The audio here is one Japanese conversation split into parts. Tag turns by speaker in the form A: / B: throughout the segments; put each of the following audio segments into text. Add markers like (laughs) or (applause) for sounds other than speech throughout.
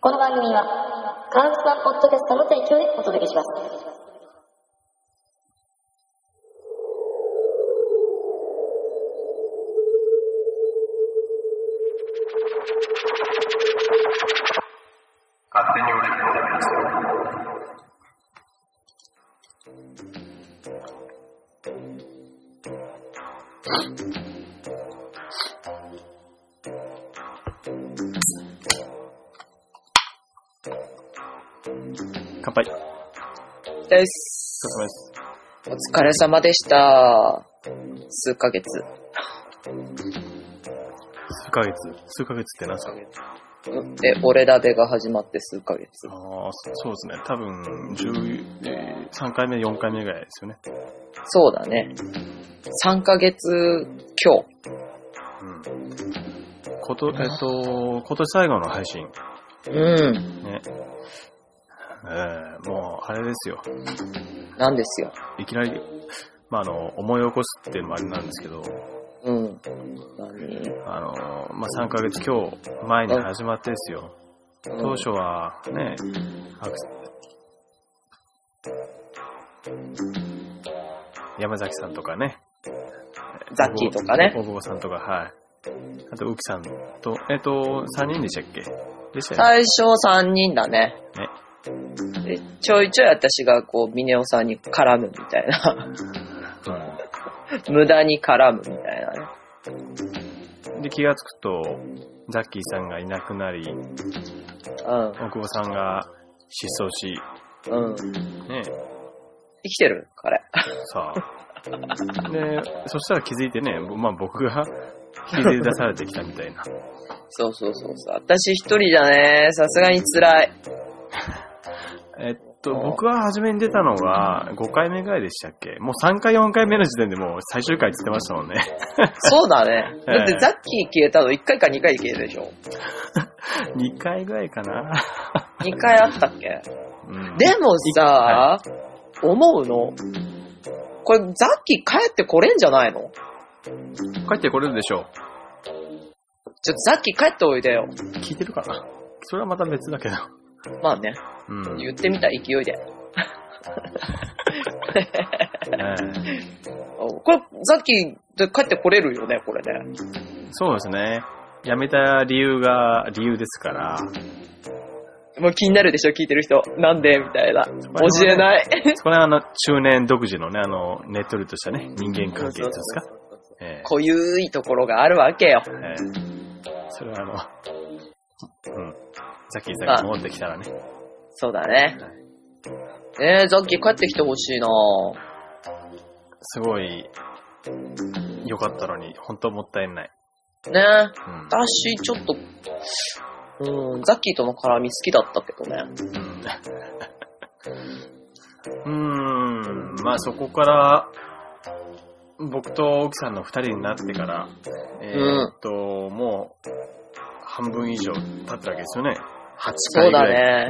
A: この番組は、カウスパンポッドキャストの提供でお届けします。
B: 勝手に売れる
C: 乾杯。
D: です。
C: お疲れ様です。
D: お疲れ様でした。数ヶ月。
C: 数ヶ月。数ヶ月って何ですか
D: で、俺らでが始まって数ヶ月。
C: ああ、そそうですね。多分、10 3回目、4回目ぐらいですよね。
D: そうだね。3ヶ月今日。
C: うん。こと、えっと、今年最後の配信。
D: うん。
C: ね。えー、もう、あれですよ。
D: なんですよ。
C: いきなり、まあ、あの、思い起こすっていうのもあれなんですけど、
D: うん。何
C: あの、まあ、3ヶ月今日前に始まってですよ。当初は、ね、アクセ山崎さんとかね、
D: ザッキーとかね
C: 大久保さんとか、はい。あと、浮さんと、えっ、と、3人でしたっけでしたよね。
D: 最初3人だね。でちょいちょい私がこう、ミネオさんに絡むみたいな。 (laughs) 無駄に絡むみたいなね。
C: うんで、気がつくと、ザッキーさんがいなくなり、大久保さんが失踪し、
D: うん。うん。
C: ね、
D: 生きてる彼。
C: さ
D: (laughs)
C: あ。で、そしたら気づいてね、まあ僕が引きずり出されてきたみたいな。
D: そうそうそうそう。私一人じゃね、さすがに辛い。
C: えっと、僕は初めに出たのが5回目ぐらいでしたっけもう3回4回目の時点でもう最終回って言ってましたもんね。 (laughs)
D: そうだね。
C: ええ
D: だってザッキー消えたの1回か2回消えるでしょ。
C: 2回ぐらいかな。
D: 2回あったっけ
C: うん、
D: でもさ、思うの。これザッキー帰ってこれんじゃないの
C: 帰ってこれるでしょ
D: ちょっとザッキー帰っておいでよ。
C: う。聞いてるかなそれはまた別だけど。
D: まあね、
C: うん。
D: 言ってみた勢い
C: え
D: で。
C: え
D: おこれザッキーで帰ってこれるよね、これね。
C: そうですね。辞めた理由が理由ですから、
D: もう気になるでしょ、聞いてる人。なんでみたいな。
C: こはね
D: 教えない。
C: そこら辺はあの中年独自のね、あの、ねっとりとしたね、人間関係ですかええ
D: 濃ゆいところがあるわけよ。
C: ええそれはあの、うん。ザッキーさんが戻ってきたらね。
D: そうだね。えー、ザッキー帰ってきてほしいなぁ。
C: すごい、良かったのに、本当もったいない。
D: ね
C: うん。
D: 私、ちょっと、うん、ザッキーとの絡み好きだったけどね。 (laughs)
C: うん、うーんまあそこから、僕と奥さんの二人になってから、えーっと、もう、半分以上経ったわけですよね。8回ぐらい。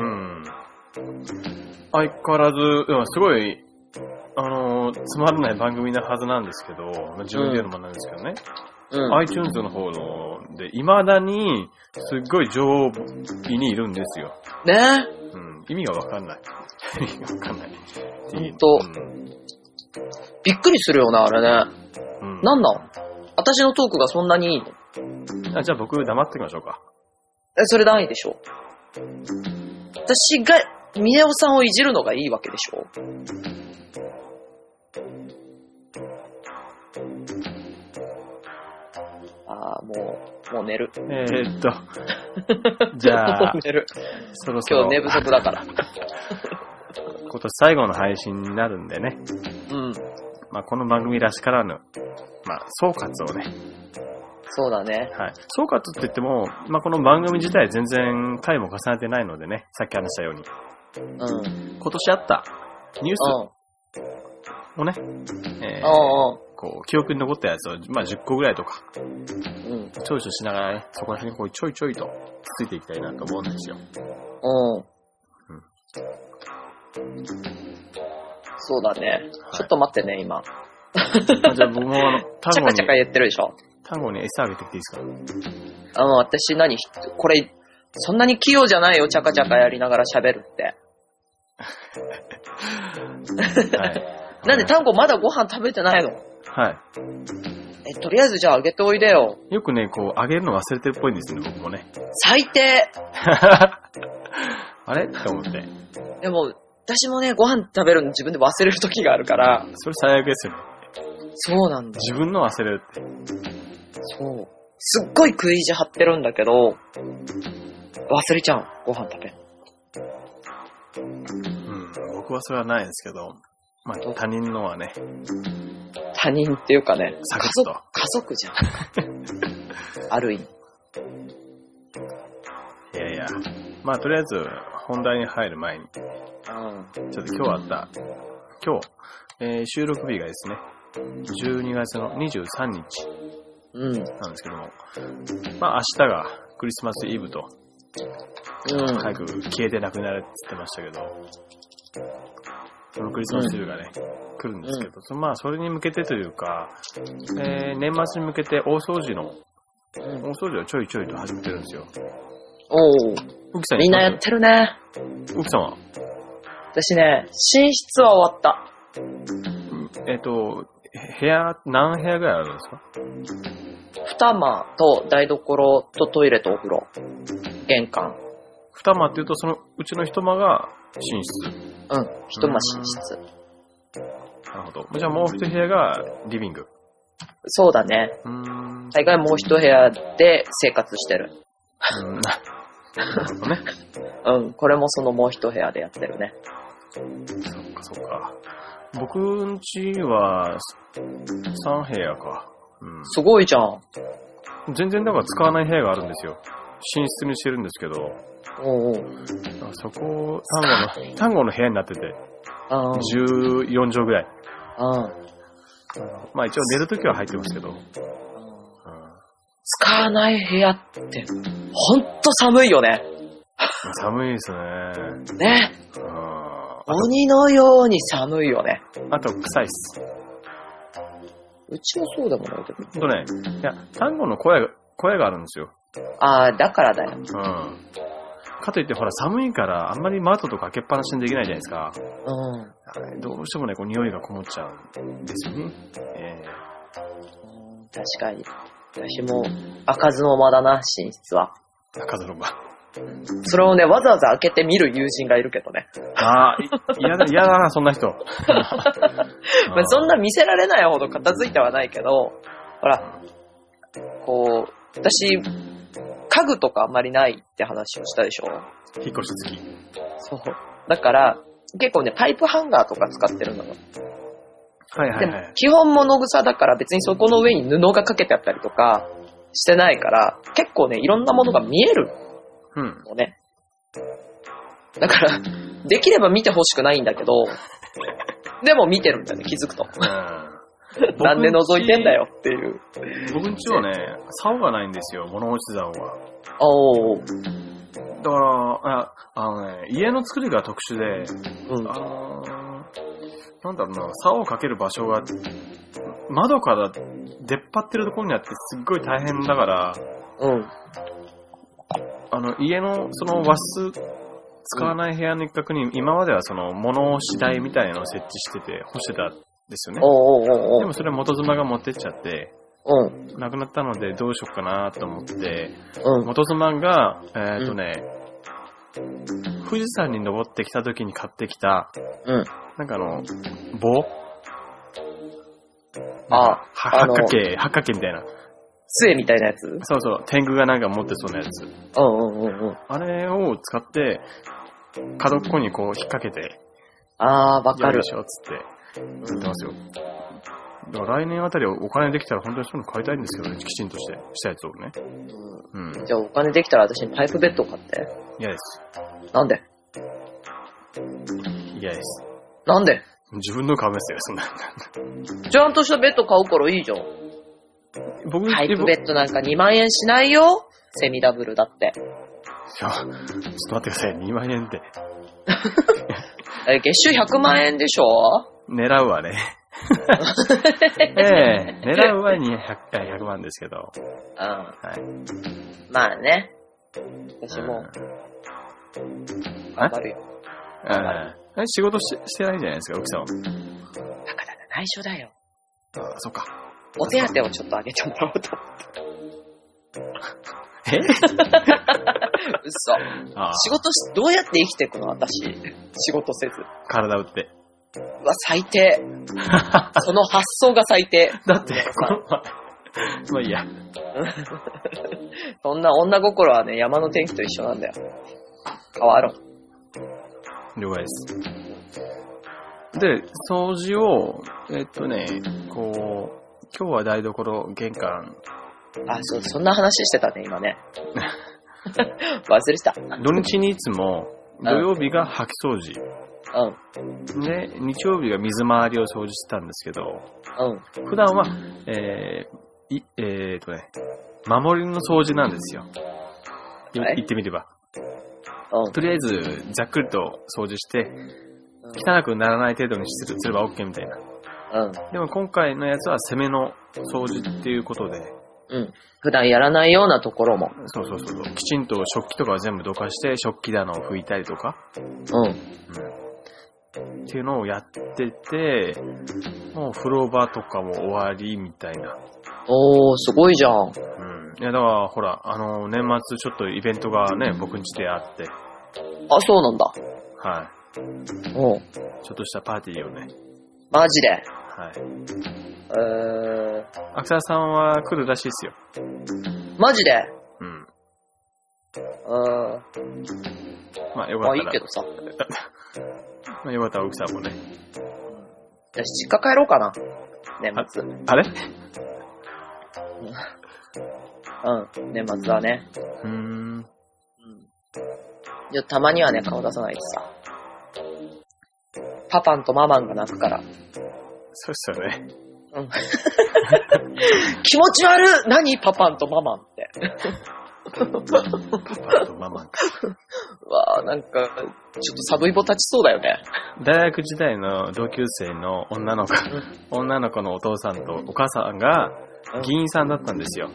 D: そうだね
C: ん。相変わらず、うんすごい、あのーつまらない番組なはずなんですけど、自分で言うのもなんですけどね。
D: うん。
C: iTunes の方ので、未だに、すっごい上位にいるんですよ。
D: ね
C: うん、意味がわかんない。 (laughs) 意味がわかんない。っていう
D: ほんと
C: うん
D: びっくりするよな、あれね。
C: うん
D: なんなん私のトークがそんなにいいの
C: あじゃあ僕黙っていきましょうか。
D: え、それ何位でしょ私が、ミネオさんをいじるのがいいわけでしょああ、もう、もう寝る。
C: えー、っ
D: (laughs)
C: と、じゃあ
D: もう、寝る。
C: そろそ
D: 今
C: ろ
D: 日寝不足だから。
C: 今年最後の配信になるんでね、
D: うん。
C: まあ、この番組らしからぬ、まあ、総括をね、
D: そうだね。
C: はい。総括って言っても、まあ、この番組自体全然回も重ねてないのでね、さっき話したように、
D: うん。うん。
C: 今年あったニュースをね、えー
D: う
C: こう、記憶に残ったやつを、まあ、10個ぐらいとか、
D: ん。うん。
C: ちょいちょいしながらね、そこら辺にこう、ちょいちょいと、ついていきたいなと思うんですよ。
D: うん。そうだね。ちょっと待ってね、今。
C: まあじゃあ僕もあの、
D: (laughs) チ
C: 単
D: ャ
C: 語
D: カチャカ
C: に、
D: 言ってるでしょ。
C: 単語に餌あげてきていいですか
D: あの、私何、これ、そんなに器用じゃないよ、チャカチャカやりながら喋るって。
C: はい。
D: なんで、タンゴまだご飯食べてないの
C: は
D: え、とりあえずじゃああげておいでよ。
C: い。よくね、こう、あげるの忘れてるっぽいんですね、僕もね。 (laughs)
D: 最低
C: あれって思って。
D: でも、私もね、ご飯食べるの自分で忘れる時があるから、
C: それ最悪ですよね。
D: そうなんだ。
C: 自分の忘れるって。
D: そう。すっごい食い意地張ってるんだけど、忘れちゃう。ご飯食べる。
C: うん。僕はそれはないですけど、まあ、他人のはね、
D: 他人っていうかね、
C: サク
D: 家
C: ッ
D: 族、
C: と。
D: 家族じゃん。 (laughs) ある意味。
C: いやいや。まあ、とりあえず、本題に入る前に、
D: うん。
C: ちょっと今日あった、今日、えー収録日がですね、12月の23日
D: うん。
C: なんですけども、まあ、明日がクリスマスイブと、
D: うん。
C: 早く消えてなくなるって言ってましたけど、そのクリスマスイブがね、来るんですけど、そまあ、それに向けてというか、えー年末に向けて大掃除の、
D: うん
C: 大掃除をちょいちょいと始めてるんですよ。
D: おう
C: うきさん
D: みんなやってるね。
C: うきさんは、
D: 私ね、寝室は終わった。
C: えっ、と、へ部屋、何部屋ぐらいあるんですか
D: 二間と台所とトイレとお風呂。玄関。
C: 二間っていうと、そのうちの一間が寝室。
D: うん。一間寝室。
C: なるほど。じゃあもう一部屋がリビング。
D: そうだね。
C: うーん。
D: 大概もう一部屋で生活してる。
C: うんななるほどね。
D: うん。これもそのもう一部屋でやってるね。
C: そっかそっか。僕ん家は3部屋か。う
D: すごいじゃん。
C: ん。全然だから使わない部屋があるんですよ。寝室にしてるんですけど、
D: おうおう。
C: あそこ、単語の、単語の部屋になってて、
D: うん。うん。
C: 14畳ぐらい。まあ一応寝るときは入ってますけど。うん
D: 使わない部屋って、ほんと寒いよね。
C: 寒いですね。
D: ね。
C: うんあ
D: 鬼のように寒いよね。
C: あと、臭いっす。
D: うちもそうでもないけど。
C: ほんとね、いや、単語の声が、声があるんですよ。
D: ああ、だからだよ。
C: うん。かといって、ほら、寒いから、あんまり窓とか開けっぱなしにできないじゃないですか。
D: うん。
C: あれどうしてもね、こう、匂いがこもっちゃうんですよね。え
D: うん確かに。私も開かずの間だな、寝室は。
C: え中園
D: (laughs)
C: 場。
D: それをね、わざわざ開けて見る友人がいるけどね。
C: ああ、い嫌だ、嫌だな、そんな
D: (laughs)
C: 人。
D: まあ、そんな見せられないほど片付いてはないけど、ほら、こう、私、家具とかあんまりないって話をしたでしょ。
C: うん引っ越し付き。
D: そう。だから、結構ね、パイプハンガーとか使ってるのよ。
C: はいは
D: で
C: い
D: も
C: はい、。
D: 基本物草だから別にそこの上に布がかけてあったりとかしてないから、結構ね、いろんなものが見える
C: うん。
D: のね。だから、できれば見てほしくないんだけど、でも見てるんだよね、気づくと。
C: うん
D: (laughs) なんで覗いてんだよっていう。
C: 僕んちはね、竿がないんですよ、物落ち竿は。
D: おお、う
C: だから、ああのね、家の作りが特殊で、
D: ん。
C: あのーなんだろうな、竿をかける場所が、窓から出っ張ってるところにあって、すっごい大変だから、
D: うん。
C: あの、家の、その和室、使わない部屋の一角に、今まではその、物干し台みたいなのを設置してて、干してたんですよね。
D: おうおうお
C: で
D: う
C: もそれ元妻が持ってっちゃって、
D: おう。うん。
C: なくなったのでどうしようかなと思って、
D: うん。
C: 元妻が、えっ、とね、富士山に登ってきた時に買ってきた、
D: うん。
C: なんかあの、棒
D: あ、
C: は
D: あ
C: 八
D: の
C: 角形、八角形みたいな。
D: 杖みたいなやつうん
C: そうそう、天狗がなんか持ってそうなやつ。
D: うんうんうん。
C: あれを使って、角っこにこう引っ掛けて、
D: あー、わか
C: やる
D: る
C: で。しょっつって、言ってますよ。だから来年あたりお金できたら本当にそういうの買いたいんですけどね、きちんとして、したやつをね。
D: うん
C: うん。
D: じゃあお金できたら私にパイプベッド買って。
C: 嫌です。
D: なんで
C: 嫌です。
D: なんで
C: 自分の顔ですよ、そんな。 (laughs)
D: ちゃんとしたベッド買うからいいじゃん。
C: 僕、
D: パイプベ
C: え
D: ッドなんか2万円しないよ。セミダブルだって。
C: 僕いやちょっと待ってください、2万円って。
D: え月収100万円でしょ
C: 狙うわね。
D: (laughs)
C: ええ狙うは200 100万ですけど。
D: うん。
C: はい。
D: まあね。私も
C: うん
D: 頑張るよ。
C: ええ仕事ししてないんじゃないですか、奥さんは。
D: だから内緒だよ。
C: あそっか。
D: お手当をちょっとあげても
C: (laughs)
D: らおうと。
C: え
D: 嘘。
C: ああ
D: 仕事し、どうやって生きていくの私。仕事せず。
C: 体打って。
D: うわ、最
C: (laughs)
D: 低。その発想が最低。
C: だって、この前。まあいいや。
D: そんな女心はね、山の天気と一緒なんだよ。変わろう。
C: 了解です。で、掃除を、えっとね、こう、今日は台所、玄関、
D: あ、そう、そんな話してたね、今 (laughs) ね。忘れてた。
C: 土日にいつも、土曜日が掃き掃除。
D: うん、
C: で、日曜日が水回りを掃除してたんですけど、
D: うん。
C: 普段は、えー、い、えーとね、守りの掃除なんですよ。い
D: はい
C: 言ってみれば。
D: うん
C: とりあえず、ざっくりと掃除して、汚くならない程度にするすれば OK みたいな。
D: うん。
C: でも今回のやつは攻めの掃除っていうことで、
D: うん。普段やらないようなところも。
C: そうそうそうそう、きちんと食器とかは全部どかして、食器棚を拭いたりとか、
D: うん。
C: うん、っていうのをやってて、もう風呂場とかも終わりみたいな。
D: おー、すごいじゃ
C: うん。
D: ん。
C: いや、だから、ほら、あの、年末ちょっとイベントがね、僕ん家であって、
D: あ、そうなんだ。
C: は
D: う
C: い。
D: ん。
C: ちょっとしたパーティーをね、
D: マジで。
C: はい。
D: えー、
C: 秋沢さんは来るらしいですよ。
D: マジで。
C: うん。
D: うん。
C: まあ、よか
D: ま
C: っ
D: あい
C: た
D: い
C: ら
D: け、どさ。
C: まあ、よかったら奥さんもね。
D: 私、実家帰ろうかな。年末。
C: あれ
D: うん。年末はね。
C: うーん。
D: うん。いや、たまにはね、顔出さないでさ。パパンとママンが泣くから。
C: そうっすよね。
D: 気持ち悪い何パパンとママンって。
C: パパとママが。
D: うわあなんか、ちょっとサブイボ立ちそうだよね。
C: 大学時代の同級生の女の子、女の子のお父さんとお母さんが
D: うん
C: 議員さんだったんですよ。
D: う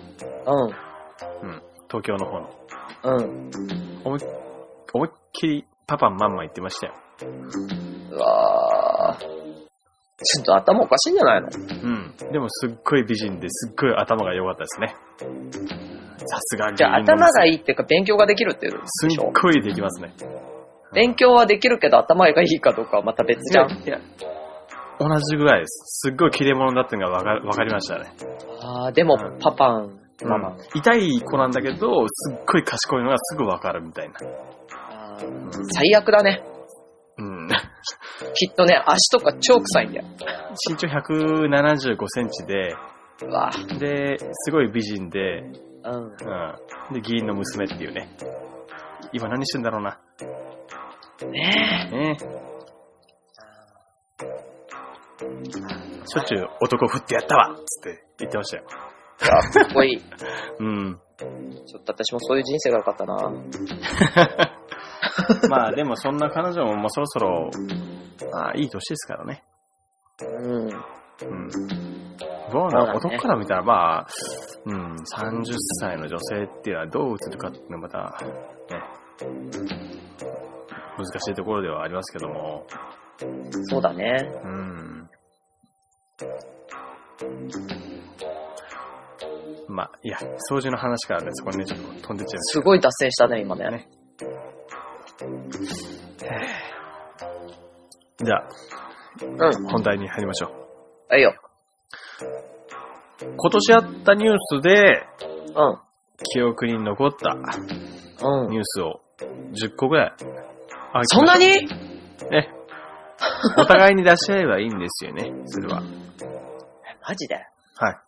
C: うん。東京の方の。
D: ん、うん。
C: 思い思いっきりパパマンマ言ってましたよ。
D: うわあちょっと頭おかしいんじゃないの
C: うん。でもすっごい美人ですっごい頭が良かったですね。さすが
D: じゃあ
C: 芸人の
D: 頭がいいっていうか勉強ができるっていう
C: す
D: で
C: っ
D: しょ
C: ごいできますね。
D: 勉強はできるけど頭がいいかどうかはまた別じゃん。
C: いや、同じぐらいです。すっごい切れ者だっていうのがわかわかりましたね。
D: ああでも
C: うん
D: パパン、ママン。
C: 痛い子なんだけど、すっごい賢いのがすぐわかるみたいな。
D: あ
C: う
D: ー
C: ん
D: 最悪だね。
C: うん。 (laughs)
D: きっとね、足とか超臭いんだよ。
C: 身長175センチで、
D: うわ
C: で、すごい美人で、
D: あうん。
C: うん。で、議員の娘っていうね。今何してんだろうな。
D: ね
C: ねえ。しょっちゅう男振ってやったわっつって言ってましたよ。
D: え。かっこいい。
C: うん。
D: ちょっと私もそういう人生が良かったな。
C: まあでもそんな彼女ももうそろそろ、まあいい年ですからね。
D: うん。
C: うん。どう
D: そうだ
C: な
D: ね
C: の男から見たらまあ、うん、30歳の女性っていうのはどう映るかっていうのはまた、ね、難しいところではありますけども、
D: そうだね。
C: うん。まあ、いや、掃除の話からね、そこにね、ちょっと飛んでっちゃいまし
D: すごい脱線したね、今ね。
C: ねた。じゃあ、
D: うん。
C: 本題に入りましょう。
D: あいいよ。
C: 今年あったニュースで、
D: う
C: 記憶に残った
D: ん。う
C: ニ
D: ん。
C: ュースを10個ぐらい。あ
D: そんなに
C: ね。お互いに出し合えばいいんですよね、それは。
D: マジで
C: はい。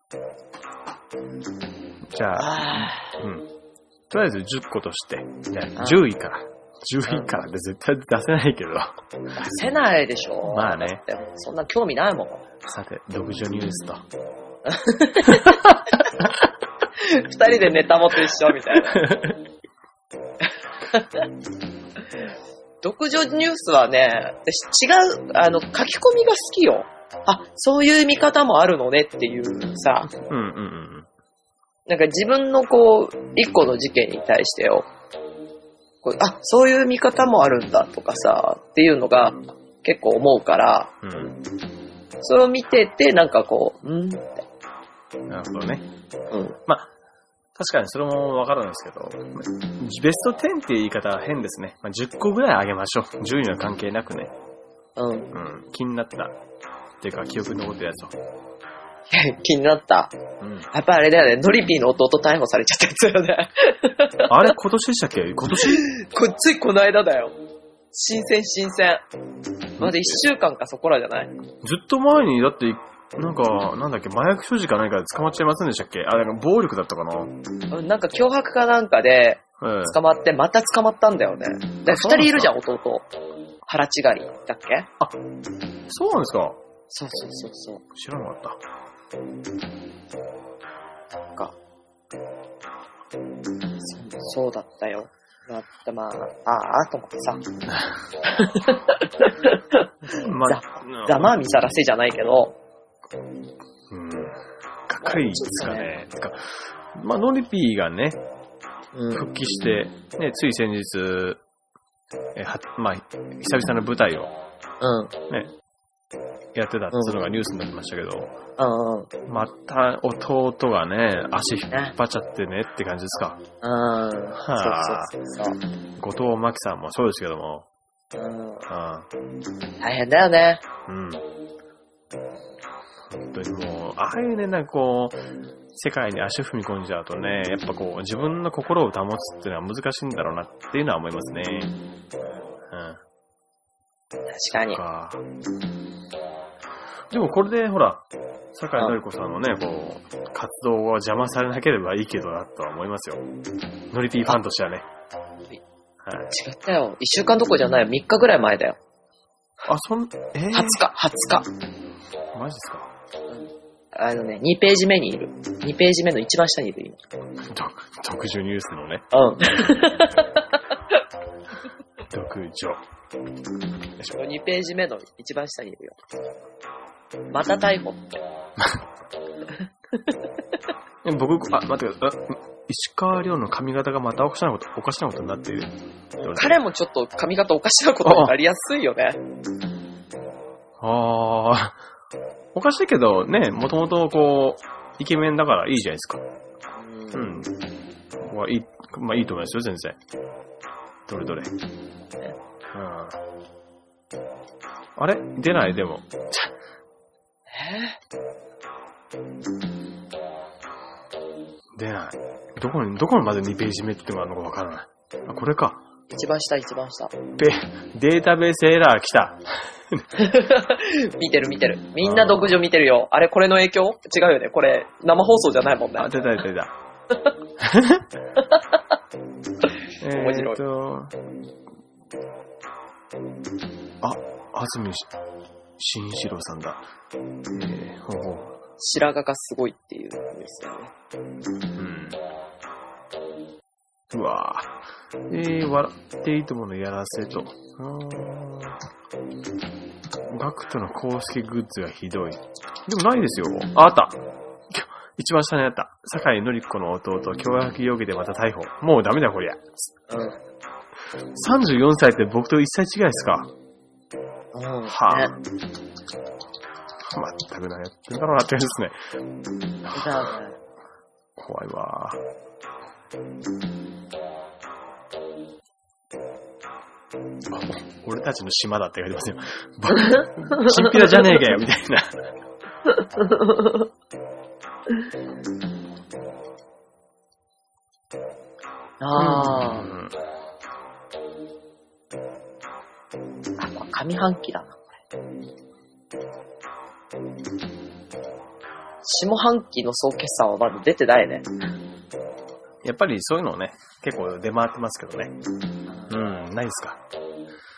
C: じゃあ、
D: あ
C: うん。とりあえず10個として、じゃあ
D: あ
C: 10位から。10位からって絶対出せないけど。
D: あ、出せないでしょ。
C: まあね。
D: でもそんな興味ないもん。
C: さて、読書ニュースと。
D: 二人でネタ元一緒みたいな。独自ニュースはね、私違う、あの、書き込みが好きよ。あ、そういう見方もあるのねっていうさ、
C: うんうんうん
D: なんか自分のこう、一個の事件に対してを、こうあ、そういう見方もあるんだとかさ、っていうのが結構思うから、
C: うん。
D: それを見てて、なんかこう、うんって。
C: なるほどね。
D: うん。
C: 確かにそれもわかるんですけど、ベスト10っていう言い方は変ですね。まあ、10個ぐらいあげましょう。順位は関係なくね。
D: う
C: う
D: ん。
C: ん。気になった。っていうか、記憶に残ってるやつを。
D: (laughs) 気になった。
C: うん。
D: やっぱあれだよね、ノリピーの弟逮捕されちゃったやつだよね。 (laughs)
C: あれ、今年でしたっけ今年
D: こっちこの間だよ。新鮮新鮮。まだ一週間かそこらじゃない
C: ずっと前に、だって、なんか、なんだっけ、麻薬所持か何かで捕まっちゃいませんでしたっけあ、なんか暴力だったかな
D: うんなんか脅迫かなんかで
C: ええ
D: 捕まって、また捕まったんだよね。だから二人いるじゃん、弟。腹違いだっけ
C: そうなんですか
D: そうそうそうそう。
C: 知らなかっ
D: そうだったよ。だってまあ、ああ、と思ってさ、
C: た。ま
D: ざ
C: あ
D: ざまあ見さらせじゃないけど、
C: うん。かっこいいですかね。つか、まあ、ノリピーがね、
D: うん。
C: 復帰して、ね、つい先日、えはまあ、久々の舞台を
D: うん。
C: やってたっていうのがニュースになりましたけど、
D: うん。 (laughs) うん。
C: また弟がね、足引っ張っちゃってねって感じですか。はあ
D: そうそうそうそう。
C: 後藤真希さんもそうですけども、
D: うん。
C: あ
D: 大変だよね。
C: うん。本当にもう、ああいうね、なんかこう、世界に足を踏み込んじゃうとね、やっぱこう、自分の心を保つっていうのは難しいんだろうなっていうのは思いますね。うん。
D: 確かに。
C: か。でもこれで、ほら、坂井紀子さんのね、こう、活動が邪魔されなければいいけどなとは思いますよ。ノリピーファンとしてはね。はい。
D: 違ったよ。一週間どころじゃないよ。3日ぐらい前だよ。
C: あ、そん、えー、
D: 20日、20日。
C: マジっ
D: あのね、2ページ目にいる。2ページ目の一番下にいる、
C: すか特特殊ニュースのね、
D: 今。うん。
C: 特殊。よいしょ
D: 2ページ目の一番下にいるよ。また逮捕って。
C: でも僕、あ、待ってください。あ石川遼の髪型がまたおかしなこと、おかしなことになっている。
D: 彼もちょっと髪型おかしなことになりやすいよね。
C: ああ、おかしいけど、ね、もともとこう、イケメンだからいいじゃないですか。う
D: うん
C: ん。まあ、いい、まあ、いいと思いますよ、全然。どれどれ。うん。あれ出ない、でも。
D: え
C: 出ない。どこに、どこまで2ページ目ってのがあるのかわからない。あ、これか。
D: ー一番下、一番下。 (laughs)
C: ペ、データベースエラー来た。
D: 見てる見てる。みんな独自見てるよ。あれ、これの影響違うよね。これ、生放送じゃないもんね
C: あ、。出た出た出た。
D: (laughs) 面
C: えー
D: 白い
C: っと、あ、安住し慎一郎さんだ。えー、ほうほう。
D: 白髪がすごいっていうニュースだよね。
C: うん。うわぁ。えー、笑っていいと思うのやらせと。うーんガクトの公式グッズがひどい。でもないですよ。あ、あった。きょ一番下にあった。酒井のり子の弟、脅迫容疑でまた逮捕。もうダメだこりゃ。34歳って僕と1歳違いですか
D: うん。う
C: は
D: ん。
C: ぁ、
D: ね
C: 全く何やってんだろうなって感じですね。
D: じゃあね
C: 怖いわあ俺たちの島だって書いてますよ。
D: (laughs)
C: ばチンピラじゃねえかよ、みたいな。う
D: あー
C: ん
D: あ、まあ上半期だな、これ。下半期の総決算はまだ出てないね。
C: やっぱりそういうのをね、結構出回ってますけどね。うん、ないですか。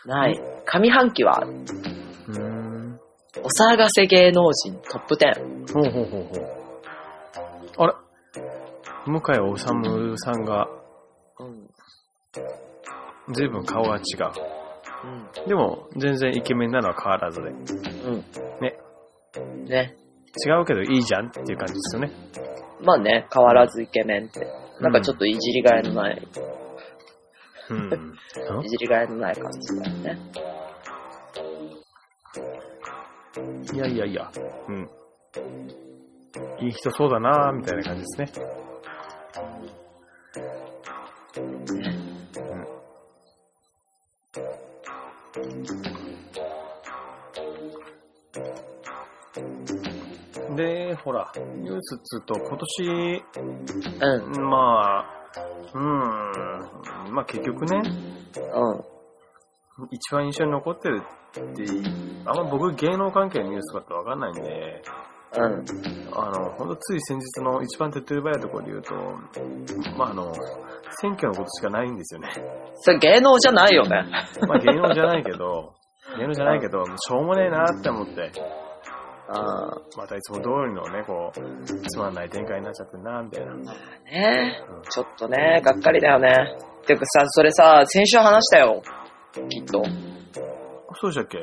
D: ない。上半期は、
C: うーん。
D: お騒がせ芸能人トップ10。
C: ほうほうほうほう。あれ向井治さんが
D: うん。うん。
C: 随分顔が違う。でも、全然イケメンなのは変わらずで。
D: うん。ね。ね。
C: 違うけどいいじゃんっていう感じですよね。
D: まあね、変わらずイケメンって。なんかちょっといじりがいのない、
C: うん。
D: いじりがいのない感じだよね。
C: いやいやいや。うん。いい人そうだなみたいな感じですね。うん。で、ほら、ニュースっつうと今年、
D: うん、うん。
C: まあ、うん、まあ結局ね、一番印象に残ってるっていう、あんま僕芸能関係のニュースとかってわかんないんで、
D: うん。
C: あの、ほんとつい先日の一番手っ取り早いところで言うと、まああの、選挙のことしかないんです (laughs) よね。
D: それ芸能じゃないよね。
C: まあ芸能じゃないけど、芸能じゃないけど、しょうもねえなって思って、
D: ああ。
C: またいつも通りのね、こう、つまんない展開になっちゃってんな、みたいな。うん。
D: ねちょっとね、がっかりだよね。ていうかさ、それさ、先週話したよ。きっと。
C: そうでしたっけ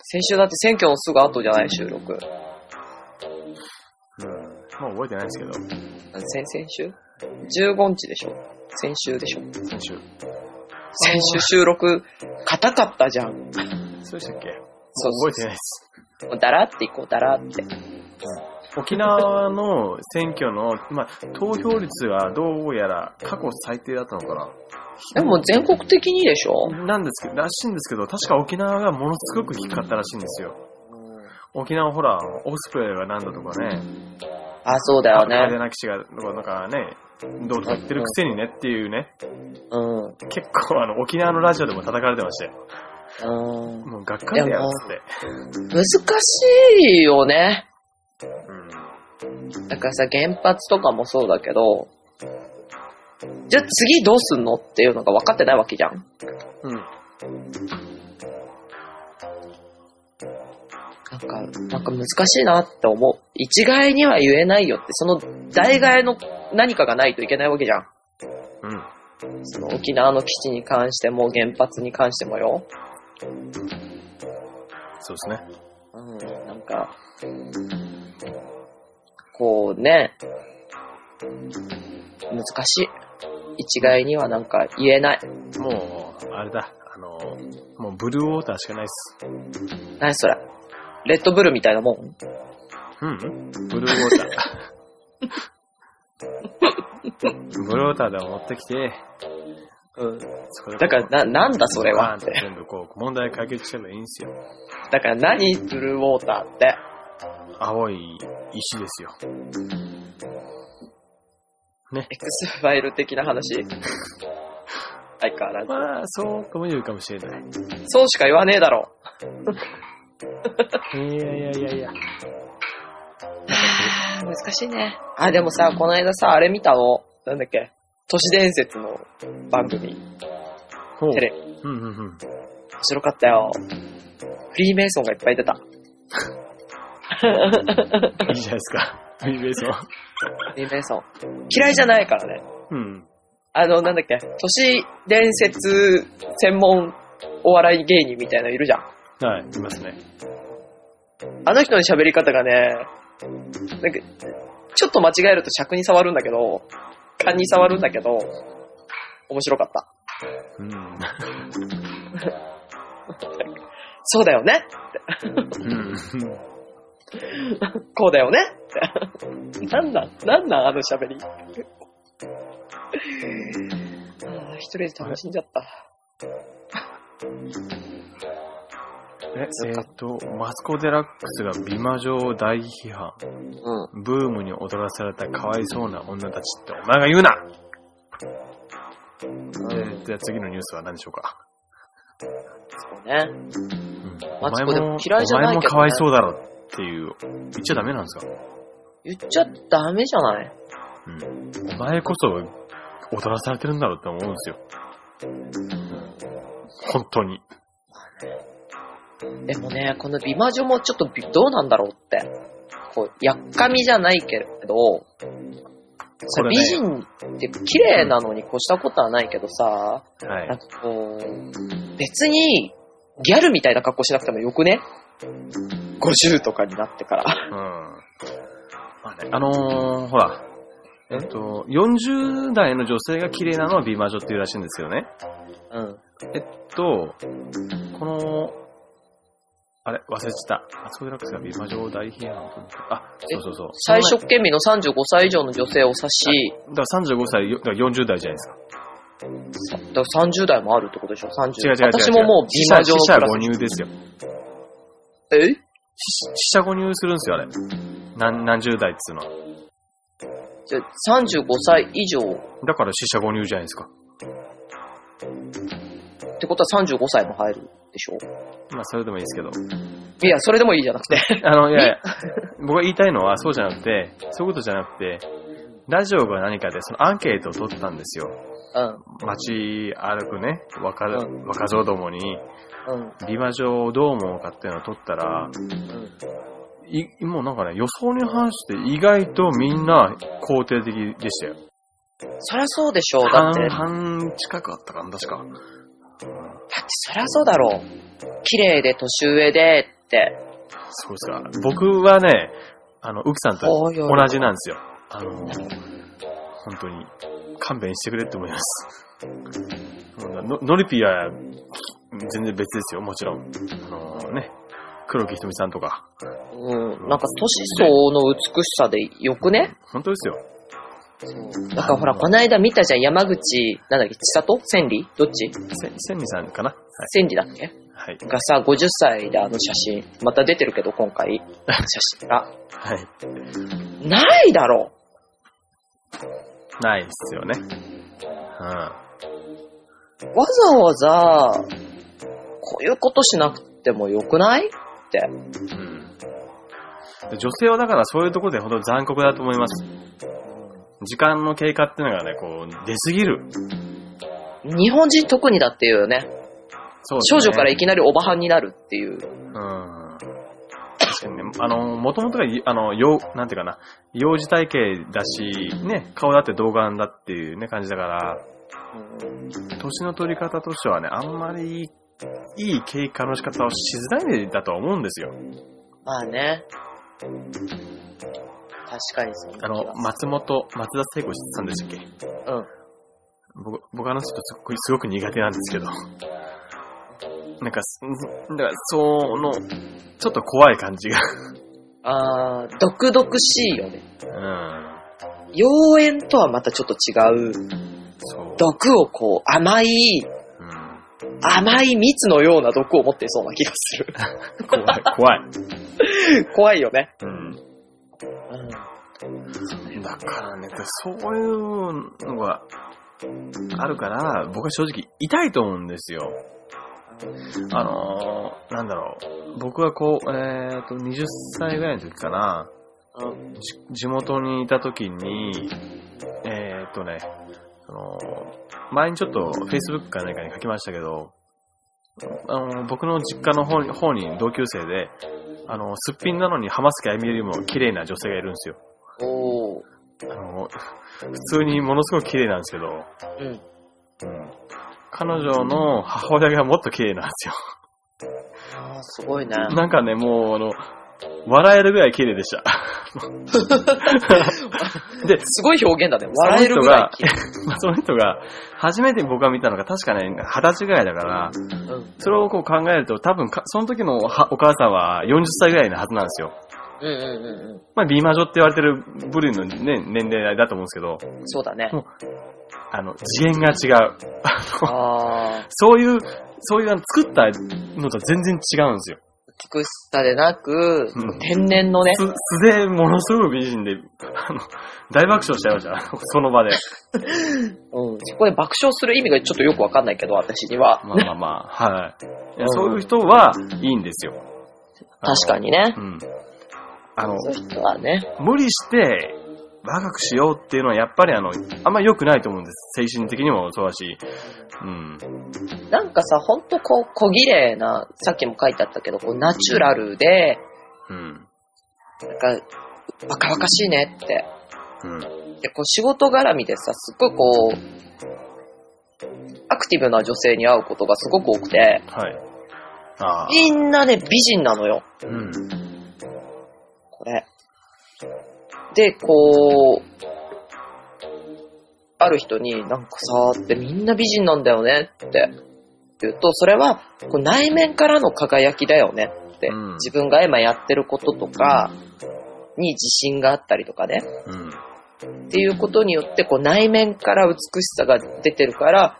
D: 先週だって選挙のすぐ後じゃない収録。
C: うん。まあ覚えてないですけど、
D: 先々週 ?15 日でしょ先週でしょ
C: 先週。
D: 先週収録、硬かったじゃん。
C: そうでしたっけ
D: そう
C: もう覚えてないです。
D: もうだらっていこう、だらって。
C: 沖縄の選挙の、まあ、投票率がどうやら過去最低だったのか
D: でも全国的にでしょ
C: ななんですけど、らしいんですけど、確か沖縄がものすごく低かったらしいんですよ。沖縄ほら、オスプレイがなんだとかね、
D: あ、そうだよ
C: 派手
D: ね。
C: な騎士が、なんかね、どうとか言ってるくせにねっていうね、
D: うん。う
C: 結構あの、沖縄のラジオでも叩かれてまして、
D: ん。
C: もうがっかりだよ、つって。
D: 難しいよね。
C: うん。
D: だからさ、原発とかもそうだけど、じゃあ次どうすんのっていうのが分かってないわけじゃん。
C: うん。
D: なんか、なんか難しいなって思う。一概には言えないよって、その代替の何かがないといけないわけじゃん。
C: うん。
D: その沖縄の基地に関しても原発に関してもよ。
C: そうですね。
D: うん、なんか、こうね、難しい。一概にはなんか言えない。
C: もう、あれだ、あの、もうブルーウォーターしかないっす。
D: 何それ。レッドブルみたいなもん
C: うんブルーウォーター。ブルーウォーターでも持ってきて、
D: うん。
C: そこで
D: だから、な、なんだそれは
C: バーン
D: っ
C: って
D: て。
C: 全部こう、問題解決してもいいんですよ。
D: だから何ブルーウォーターって。
C: 青い石ですよ。
D: X ファイル的な話相変わらず。
C: まあ、そうとも言うかもしれない。
D: そうしか言わねえだろ。
C: いやいやいやいや。
D: 難しいね。あ、でもさ、この間さ、あれ見たの。なんだっけ。都市伝説の番組。
C: ほう。
D: テレビ。
C: うんうんうん。
D: 面白かったよ。フリーメイソンがいっぱい出た。フ
C: いいじゃないですか。フリーベースは。
D: リーメイソン。嫌いじゃないからね。
C: うん。
D: あの、なんだっけ。都市伝説専門お笑い芸人みたいなのいるじゃん。
C: はい、いますね。
D: あの人の喋り方がね、なんか、ちょっと間違えると尺に触るんだけど、勘に触るんだけど、面白かった。
C: うん。
D: そうだよね
C: うん。
D: こうだよね (laughs) って。なんなんなんなんあの喋り。あー一人で楽しんじゃった。
C: (laughs) え、えーっと、マスコ・デラックスが美魔女を大批判。
D: うん。
C: ブームに踊らされたかわいそうな女たちってお前が言うな、でじゃあ次のニュースは何でしょうか、
D: そうね。
C: うん
D: マツ
C: お
D: コ
C: 前
D: で
C: も
D: も嫌いじゃな
C: お前
D: いけどね
C: もかわいそうだろっていう言っちゃダメなんですか、
D: 言っちゃダメじゃない
C: うん、お前こそ踊らされてるんだろうって思うんですよ、うん、本当に
D: でもね、この美魔女もちょっとびどうなんだろうって。こう、やっかみじゃないけれど、さ
C: これね
D: 美人っていうか綺麗なのに越したことはないけどさ、
C: は
D: なん
C: い
D: かこう、別にギャルみたいな格好しなくてもよくね ?50 とかになってから。
C: うんまあねあのー、ほらえっと、40代の女性が綺麗なのは美魔女っていうらしいんですよね。
D: うん。
C: えっと、この、あれ、忘れてた。あそこでラックスが美魔女を大批判を行った。あ、そうそうそう。
D: 最初県民の35歳以上の女性を指し、
C: だから35歳、よだから40代じゃないですか。
D: だから30代もあるってことでしょ
C: 違
D: ?30
C: う違う違う違う。
D: 私ももう美魔女
C: 死者誤
D: の
C: 入ですよ。
D: クラス。え
C: 死者誤入するんですよ、あれ。何何十代っつうのは。
D: じゃあ35歳以上っ
C: だから死者誤入じゃないですか。
D: てことは35歳も入るでしょ
C: まあ、それでもいいですけど。
D: いや、それでもいいじゃなくて。
C: (laughs) あの、いやいや、 (laughs) 僕が言いたいのはそうじゃなくて、そういうことじゃなくて、ラジオが何かでそのアンケートを取ったんですよ。
D: うん。
C: 街歩くね、若、
D: うん
C: 若造どもに、
D: うん。
C: 美魔女をどう思うかっていうのを取ったら、
D: うん
C: い、もうなんかね、予想に反して意外とみんな肯定的でしたよ。
D: そりゃそうでしょう。だっ
C: 半
D: て、だって
C: 半近くあったかな、確か。
D: そりゃそうだろう。綺麗で年上でって。
C: そうですか。僕はね、あの、ウキさんと
D: おいおい
C: 同じなんですよ。あの、本当に、勘弁してくれって思います。うんのノリピーは、全然別ですよ、もちろん。あのね、黒木ひとみさんとか。
D: うん。なんか年相応の美しさでよくね
C: 本当ですよ。
D: なんかほら、この間見たじゃん。山口、なんだっけ、千里千里どっち
C: せ、せんみさんかな
D: 千里だっけ
C: はい。
D: がさ、50歳であの写真。また出てるけど、今回。 (laughs) 写真が。
C: はい。
D: ないだろ
C: ないっすよね。う
D: う。わざわざ、こういうことしなくてもよくないって。
C: ん。うん。女性はだからそういうところで本当に残酷だと思います。時間の経過っていうのがね、こう、出すぎる。
D: 日本人特にだっていうよね。
C: そうです
D: 少
C: ね
D: 女からいきなりおばはんになるっていう。
C: うん確かにね、あの、もともとが、あの、よう、なんていうかな、幼児体型だし、ね、顔だって童顔だっていうね、感じだから、年の取り方としてはね、あんまりいい、いい経過の仕方をしづらいんだとは思うんですよ。
D: まあね。確かにそんな気
C: あ
D: が
C: の、
D: す
C: 松本、松田聖子さんでしたっけ
D: るうん。
C: 僕、僕あの人すっごい、すごく苦手なんですけど。なんか、すだから、その、ちょっと怖い感じが。
D: あー、毒々しいよね。
C: うん。
D: 妖艶とはまたちょっと違う。
C: そう。
D: 毒をこう、甘い、
C: うん
D: 甘い蜜のような毒を持ってそうな気がす
C: (laughs)
D: る。
C: 怖い、怖い。
D: 怖いよね。
C: うん。
D: うん。
C: だからね、そういうのがあるから、僕は正直痛いと思うんですよ。あのー、なんだろう。僕はこう、えっ、と、20歳ぐらいの時かな、
D: うん。
C: じ地元にいた時に、えっ、とね、その、前にちょっと Facebook か何かに書きましたけど、あの、僕の実家の方に、方に同級生で、あの、すっぴんなのに浜崎あゆみよりも綺麗な女性がいるんですよ。
D: おー。
C: あの、普通にものすごく綺麗なんですけど、
D: うん。
C: 彼女の母親がもっと綺麗なんですよ。
D: あー、すごいね。
C: なんかね、もうあの、笑えるぐらい綺麗で (laughs) した。で、
D: すごい表現だね。笑えるぐらい。
C: まあその人が、初めて僕が見たのが確かね、二十歳ぐらいだから、
D: うん。
C: それをこう考えると、多分か、その時のおはお母さんは40歳ぐらいのはずなんですよ。
D: うんうんうんう
C: まあ、美魔女って言われてる部類の、ね、年齢だと思うんですけど、
D: ん。そうだね。
C: あの、次元が違う。
D: あー。
C: そういう、そういうあの作ったのとは全然違うんですよ。
D: 美しさでなく、
C: うん
D: 天然のね
C: す、、素でものすごく美人で、あの、大爆笑しちゃいました。その場で。
D: うん、そこで爆笑する意味がちょっとよくわかんないけど、私には。
C: まあまあまあ、はいいや。そういう人はいいんですよ。
D: 確かにね
C: う。ん。あの、
D: そういう人はね。
C: 無理して若くしようっていうのはやっぱりあの、あんま良くないと思うんです。精神的にもそうだし。うん。
D: なんかさ、ほんとこう、小綺麗な、さっきも書いてあったけど、こう、ナチュラルで、
C: うん。
D: なんか、若々しいねって。
C: うん。
D: で、こう、仕事絡みでさ、すっごいこう、アクティブな女性に会うことがすごく多くて、
C: はい。ああ。
D: みんなね、美人なのよ。
C: うん。
D: これ。で、こう、ある人に、なんかさ、ってみんな美人なんだよねって言うと、それはこう内面からの輝きだよねって、
C: うん
D: 自分が今やってることとかに自信があったりとかね、
C: うん。
D: っていうことによって、こう内面から美しさが出てるから、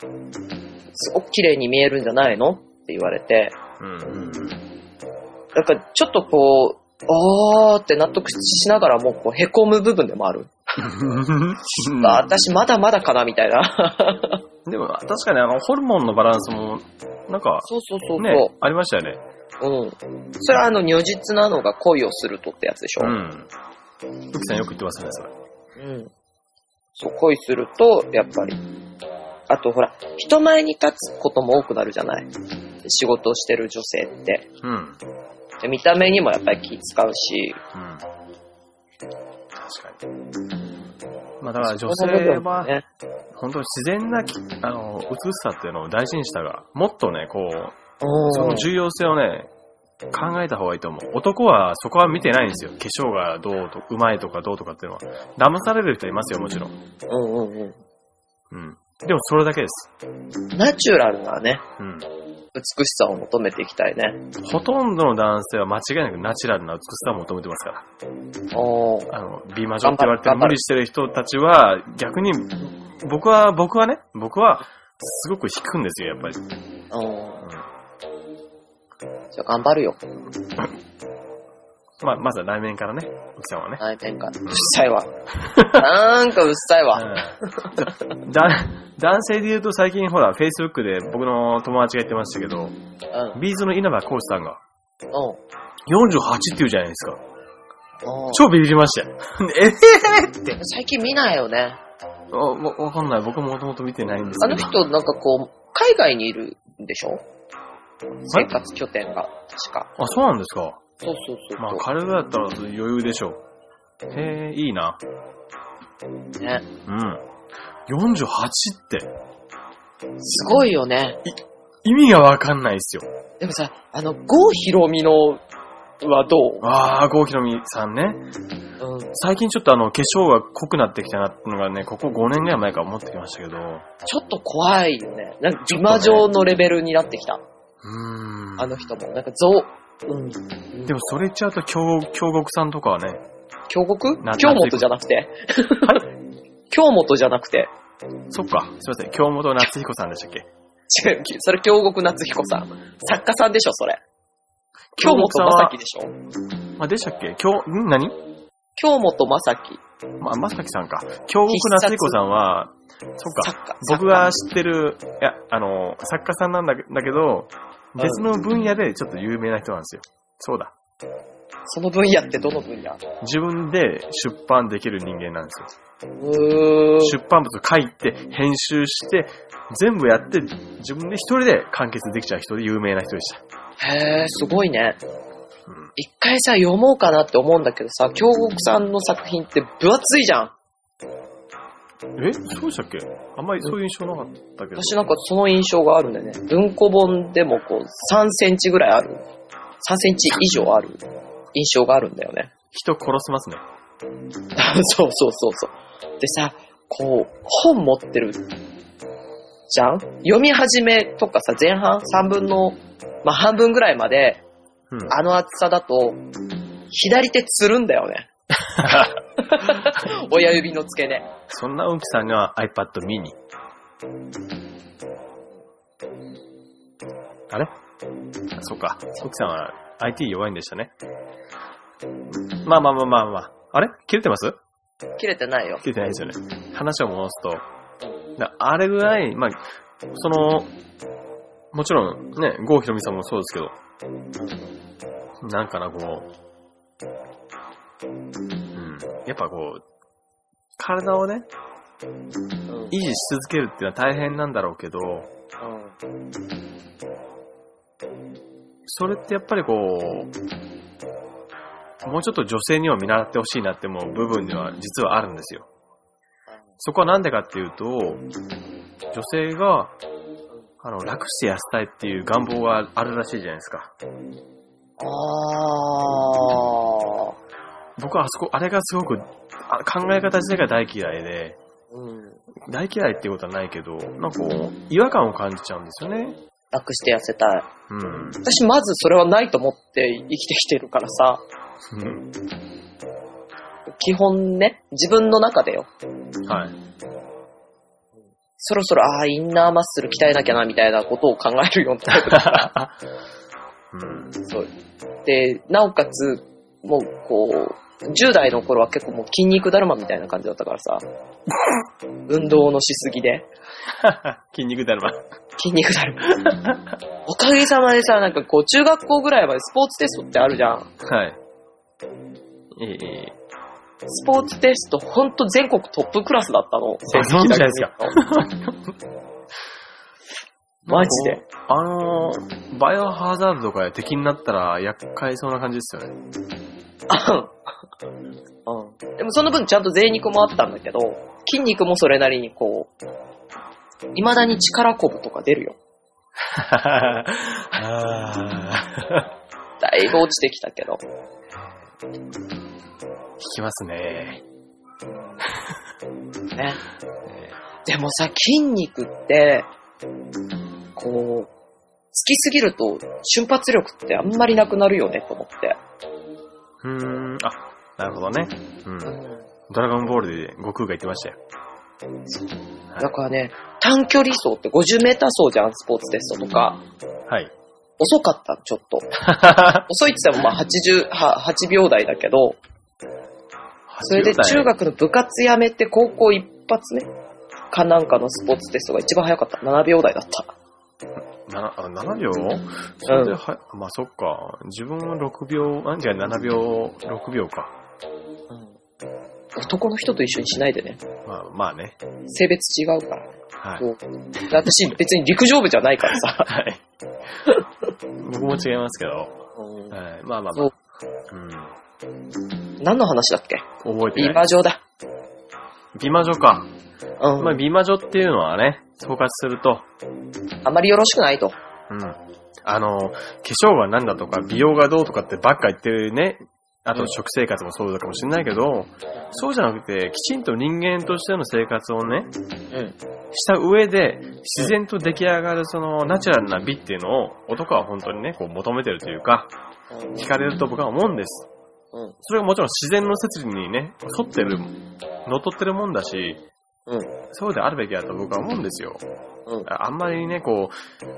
D: すごく綺麗に見えるんじゃないのって言われて、
C: うん。
D: だからちょっとこう、あーって納得しながらも、こう、凹む部分でもある。
C: うん。
D: あ私まだまだかな、みたいな。
C: でも、確かにあの、ホルモンのバランスも、なんか、
D: そうそうそうそう、
C: ね、ありましたよね。
D: うん。それはあの、如実なのが恋をするとってやつでしょ。
C: うん。ゆきさんよく言ってますね、それ。
D: うん。そう、恋すると、やっぱり。あと、ほら、人前に立つことも多くなるじゃない。仕事をしてる女性って。
C: うん。うん。
D: で見た目にもやっぱり気使うし、
C: 確かに。まあだから女
D: その部
C: 性
D: 分も
C: は、
D: ね、
C: 本当に自然なき、あの、美しさっていうのを大事にしたが、もっとね、こう、
D: うん
C: その重要性をね、考えた方がいいと思う。男はそこは見てないんですよ。化粧がどうと、うまいとかどうとかっていうのは。騙される人いますよ、もちろん。
D: うんうんう
C: うん。でもそれだけです。
D: ん。ナチュラルなね、
C: うん。
D: 美しさを求めていきたいね。
C: ほとんどの男性は間違いなくナチュラルな美しさを求めてますから。
D: おー
C: あの、美魔女って言われて無理してる人たちは、逆に、僕は、僕はね、僕は、すごく引くんですよ、やっぱり。
D: うん。
C: う
D: じゃあ頑張るよ、
C: ん、まあ、まずは内面からね、奥さんはね。
D: 内面が。うっさい (laughs) わ。なんかうっさいわ。
C: うんだ男性で言うと最近ほら、Facebook で僕の友達が言ってましたけど、
D: うん。うん。
C: ビーズの稲葉浩志さんが、
D: うん
C: 48って言うじゃないですか。超ビビりましたよ。えへへって。
D: 最近見ないよね。
C: あわわかんない。僕もともと見てないんです
D: あ
C: けど。
D: の人なんかこう、海外にいるんでしょ生活拠点が、確か。
C: あ、そうなんですか。
D: そうそうそう
C: まあ、
D: そ
C: 彼らだったら余裕でしょう。へえ、いいな。
D: う、ね。
C: うん。48って、
D: すごいよね。
C: 意味がわかんないですよ。
D: でもさ、あの、郷ひろみのはどう
C: あー、郷ひろみさんね。
D: うん。
C: 最近ちょっとあの、化粧が濃くなってきたなってのがね、ここ5年ぐらい前から思ってきましたけど。う
D: ちょっと怖いよね。なんか、美魔女のレベルになってきた。
C: ーん。
D: あの人も。なんか、像。うん。
C: でもそれ言っちゃうと、京、京極さんとかはね、
D: 京極
C: な
D: 京本じゃなくて。 (laughs) 京本じゃなくて。
C: そっか、すいません、京本夏彦さんでしたっけ
D: 違う、それ京極夏彦さん。作家さんでしょ、それ。京本
C: さんは
D: 正樹でしょ。
C: あ、でしたっけ京、ん何
D: 京本正樹。
C: ま、まさきさんか。京極夏彦さんは、そっか、
D: 作家。
C: 僕が知ってる、いや、あの、作家さんなんだだけど、
D: うん
C: 別の分野でちょっと有名な人なんですよ。そうだ。
D: その分野ってどの分野
C: 自分で出版できる人間なんですよ。
D: うーん。
C: 出版物書いて、編集して、全部やって、自分で一人で完結できちゃう人で有名な人でした。
D: へー、すごいね。
C: うん
D: 一回さ、読もうかなって思うんだけどさ、京極さんの作品って分厚いじゃん。
C: えそうでしたっけあんまりそういう印象なかったけど。
D: 私なんかその印象があるんだよね。文庫本でもこう、3センチぐらいある。3センチ以上ある印象があるんだよね。
C: 人殺せますね。
D: (laughs) そうそうそうそう。でさ、こう、本持ってるじゃん読み始めとかさ、前半3分の、まあ、半分ぐらいまで、
C: うん。
D: あの厚さだと、左手つるんだよ (laughs) ね。親指の付け根。
C: そんなうんきさんが iPad mini。あれそっか。うんきさんは IT 弱いんでしたね。まあまあまあまあまあ。あれ切れてます
D: 切れてないよ。
C: 切れてないですよね。話を戻すと。だあれぐらい、まあ、その、もちろんね、郷ひろみさんもそうですけど、なんかな、こう、うん、やっぱこう、体をね、
D: うん。
C: 維持し続けるっていうのは大変なんだろうけど、それってやっぱりこう、もうちょっと女性には見習ってほしいなって思う部分では実はあるんですよ。そこはなんでかっていうと、女性が、あの、楽して痩せたいっていう願望があるらしいじゃないですか。
D: あー。
C: 僕はあそこ、あれがすごく、あ考え方自体が大嫌いで、
D: うん。
C: 大嫌いっていうことはないけど、なんかこう、違和感を感じちゃうんですよね。
D: 楽して痩せたい。
C: うん。
D: 私まずそれはないと思って生きてきてるからさ、
C: うん
D: 基本ね、自分の中でよ。
C: はい。 (laughs)
D: そろそろ、ああ、インナーマッスル鍛えなきゃな、みたいなことを考えるようになる。
C: うん。 (laughs)
D: そう。で、なおかつ、もうこう、10代の頃は結構もう筋肉だるまみたいな感じだったからさ、運動のしすぎで、
C: 筋肉だるま。
D: 筋肉だるま。おかげさまでさ、なんかこう、中学校ぐらいまでスポーツテストってあるじゃん。
C: はい。ええええ
D: スポーツテスト、ほんと全国トップクラスだったの。
C: そうなんですか
D: (laughs) マジで。
C: あのー、バイオハザードとかで敵になったら厄介そうな感じですよね。
D: うん。でもその分ちゃんと贅肉もあったんだけど、筋肉もそれなりにこう、未だに力こぶとか出るよ。
C: あー
D: だいぶ落ちてきたけど。
C: 引きますね。
D: ね。でもさ、筋肉って、こう、つきすぎると瞬発力ってあんまりなくなるよねと思って。
C: うーん、あ、なるほどね。うん。ドラゴンボールで悟空が言ってましたよ。
D: だからね、短距離走って50メーター走じゃん、スポーツテストとか。
C: はい。
D: 遅かった、ちょっ
C: (laughs)
D: と。遅いって言ってもまあ80、は8秒台だけど、それで中学の部活やめて高校一発目かなんかのスポーツテストが一番早かった。7秒台だった。
C: なあ7秒それでは、まあそっか。自分は6秒、あ、違う、7秒、6秒か。
D: 男の人と一緒にしないでね。
C: まあ、まあね。
D: 性別違うから。
C: はい。
D: そうで私別に陸上部じゃないからさ。
C: はい。僕も違いますけど。はい。まあまあま
D: そ
C: あ
D: う。何の話だっけ
C: うん。覚え
D: 美
C: てない。
D: 魔女だ。
C: 美魔女か。
D: うん。
C: まあ美魔女っていうのはね、総括すると、
D: あまりよろしくないと。
C: うん。あの、化粧がなんだとか、美容がどうとかってばっか言ってるね。あ
D: う
C: と
D: ん
C: 食生活もそうだかもしれないけど、そうじゃなくて、きちんと人間としての生活をね、
D: うん。
C: した上で、自然と出来上がるそのナチュラルな美っていうのを、男は本当にね、こう求めてるというか、惹かれると僕は思うんです。
D: うん。
C: それがもちろん自然の摂理にね、沿ってる、のっとってるもんだし、
D: うん。
C: そうであるべきだと僕は思うんですよ。
D: うん。
C: ああんまりね、こう、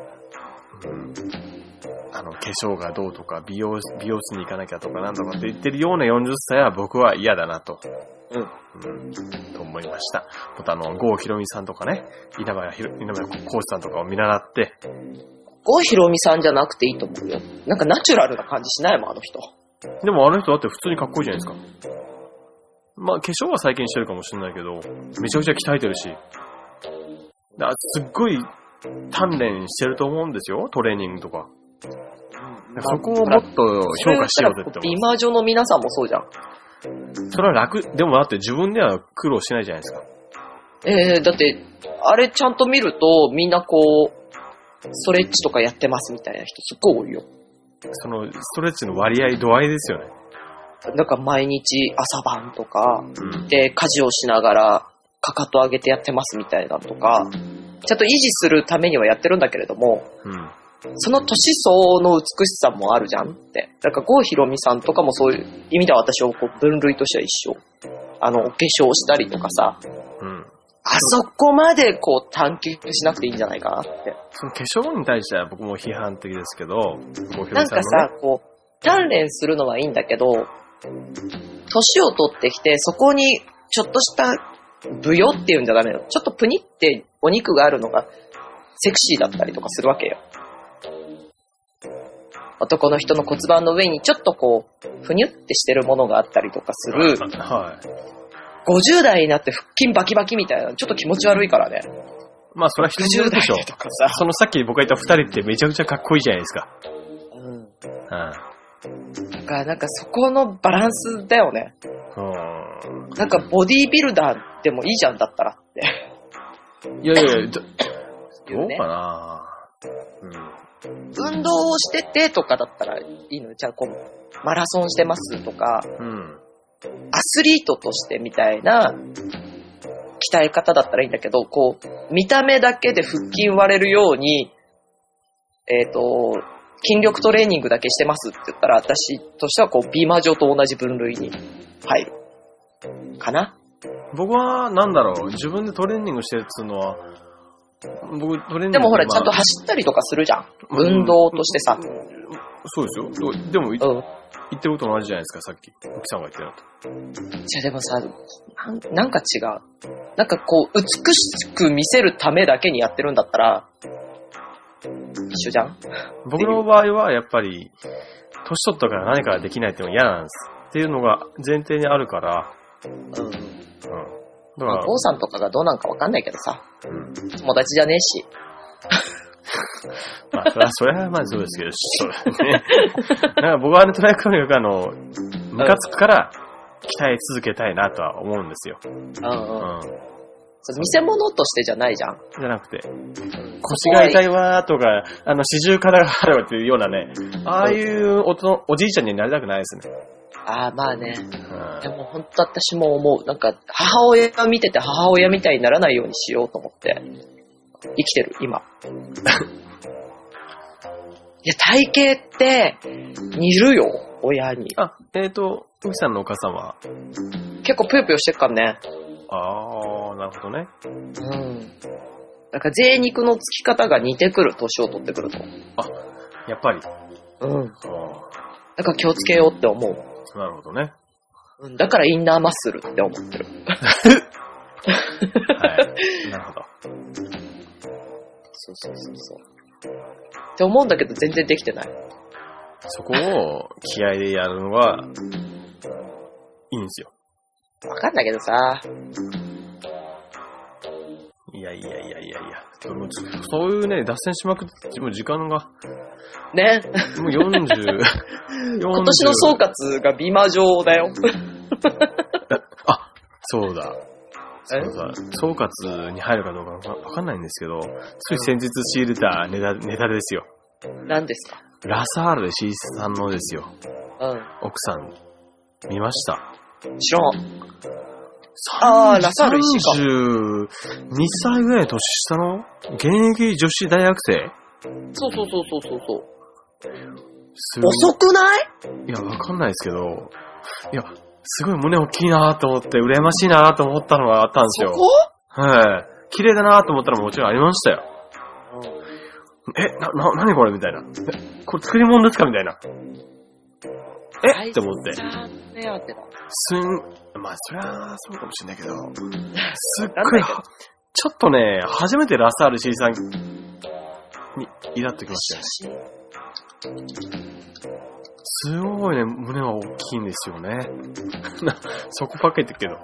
C: うん、あの、化粧がどうとか、美容、美容室に行かなきゃとか、なんとかって言ってるような40歳は僕は嫌だなと。
D: うん。
C: うん、と思いました。またあの、郷ひろみさんとかね、稲葉ひろ稲葉浩志さんとかを見習って、
D: 郷ひろみさんじゃなくていいと思うよ。なんかナチュラルな感じしないもん、あの人。
C: でもあの人だって普通にかっこいいじゃないですか。まあ化粧は最近してるかもしれないけど、めちゃくちゃ鍛えてるし、だすっごい鍛錬してると思うんですよ、トレーニングとか。だからそこをもっと
D: それ
C: 評
D: を言
C: 価
D: っ
C: したよ
D: ら
C: うぜって思
D: 美魔女の皆さんもそうじゃん。
C: う。それは楽、でもだって自分では苦労しないじゃないですか。
D: えー、だって、あれちゃんと見ると、みんなこう、ストレッチとかやってますみたいな人すっごい多いよ。
C: その、ストレッチの割合、度合いですよね。
D: なんか毎日朝晩とか、
C: うん。
D: で、家事をしながら、かかと上げてやってますみたいなのとか、ちゃんと維持するためにはやってるんだけれども、
C: うん。
D: その年相応の美しさもあるじゃんって。だから郷ひろみさんとかもそういう意味では私はこう分類としては一緒。あの、お化粧したりとかさ、
C: うん。
D: あそこまでこう探求しなくていいんじゃないかなって。
C: その化粧に対しては僕も批判的ですけど、郷ひろみ
D: な
C: さ
D: ん
C: ん
D: か
C: の
D: さ
C: ね、、
D: こう、鍛錬するのはいいんだけど、年を取ってきて、そこにちょっとしたブヨっていうんじゃダメよ。ちょっとプニってお肉があるのがセクシーだったりとかするわけよ。男の人の骨盤の上にちょっとこう、ふにゅってしてるものがあったりとかする、
C: はい。
D: 50代になって腹筋バキバキみたいな、ちょっと気持ち悪いからね。
C: まあそれは人によ
D: 60
C: るで
D: 代
C: しょう。
D: とかさ。
C: そのさっき僕が言った二人ってめちゃくちゃかっこいいじゃないですか。
D: うん。
C: う
D: だからなんかそこのバランスだよね。
C: ん。
D: なんかボディービルダーでもいいじゃんだったらって。
C: いやいや、どど
D: 言
C: う
D: ね
C: かなうん。
D: 運動をしててとかだったらいいのよ。じゃあこう、マラソンしてますとか、
C: うん。
D: アスリートとしてみたいな、鍛鍛え方だったらいいんだけど、こう、見た目だけで腹筋割れるように、えっ、と、筋力トレーニングだけしてますって言ったら、私としてはこう、美魔女と同じ分類に入る。かな
C: 僕は、なんだろう、自分でトレーニングしてるっつうのは、僕、トレーニング
D: でもほら、
C: ま
D: ち
C: あ
D: ゃんと走ったりとかするじゃん。
C: うん
D: 運動としてさ。
C: そうですよそう。でも、い
D: うん。
C: 言ってること同じじゃないですか、さっき。奥さんが言ってたのと。
D: じゃあでもさなん、なんか違う。なんかこう、美しく見せるためだけにやってるんだったら、一緒じゃん
C: 僕の場合は、やっぱり、年取ったから何かができないっていうのが嫌なんです。っていうのが前提にあるから、
D: うん。
C: うん。だ
D: ま
C: か
D: あ郷さんとかがどうなんかわかんないけどさ、
C: ら、うん。
D: 友達じゃねえし。
C: まあ、それは、それはまあそうですけど、そうだね。 (laughs) なんか僕はね、トライアクロよくあの、ムカつくから、鍛え続けたいなとは思うんですよ。
D: うん
C: う
D: うん。
C: ん。
D: そう見せ物としてじゃないじゃん。
C: じゃなくて、腰が痛いわーとか、あの、四十肩があるわっていうようなね、ああいうおとおじいちゃんになりたくないですね。
D: ああ、まあね。で
C: う
D: も本当私も思う。なんか、母親が見てて母親みたいにならないようにしようと思って、生きてる、
C: (laughs)
D: 今。いや、体型って、似るよ、親に。
C: ん、あ、えっ、ー、と、うきさんのお母さんは、
D: 結構ぷよぷよしてっからね。
C: ああ、なるほどね。
D: うん。なんか、贅肉のつき方が似てくる、年を取ってくると。
C: やっぱり。
D: うん。
C: あー
D: だから気をつけようって思う。
C: なるほどね。
D: うん、だからインナーマッスルって思ってる。
C: はい。なるほど。
D: そうそうそうそう。って思うんだけど、全然できてない。
C: そこを気合でやるのは、いいんですよ。
D: わかんないけどさ。
C: いやいやいやいやいや。でもそういうね、脱線しまくって、もう時間が、
D: ね。
C: もう40、
D: (laughs) 今年の総
C: う
D: 括が美魔女だよ。
C: あ、そうだ。そうだ。総括に入るかどうかわわかんないんですけど、つい先日仕入れたネタ、ネタですよ。
D: 何ですか
C: ラサールで C さんのですよ。
D: う
C: 奥さん、見ました。
D: ん。知らん。あーラサール石か
C: 32歳ぐらいの年下の現役女子大学生
D: そうそうそうそうそうそう。
C: すごい
D: 遅くない
C: いや、わかんないですけど、いや、すごい胸大きいなと思って、羨ましいなと思ったのがあったんですよ。
D: そこ
C: はい。綺麗だなと思ったのももちろんありましたよ。え、な、な、なにこれみたいな。えこれ作り物ですかみたいな。えって思って。
D: 目当てだ。
C: すん、まあ、そりゃ、そうかもしれないけど、すっごい、はちょっとね、初めてラサール C さんに、イラっときました
D: 写
C: よね。
D: 真。
C: すごいね、胸は大きいんですよね。 (laughs) な、そこばっかり言ってるけど。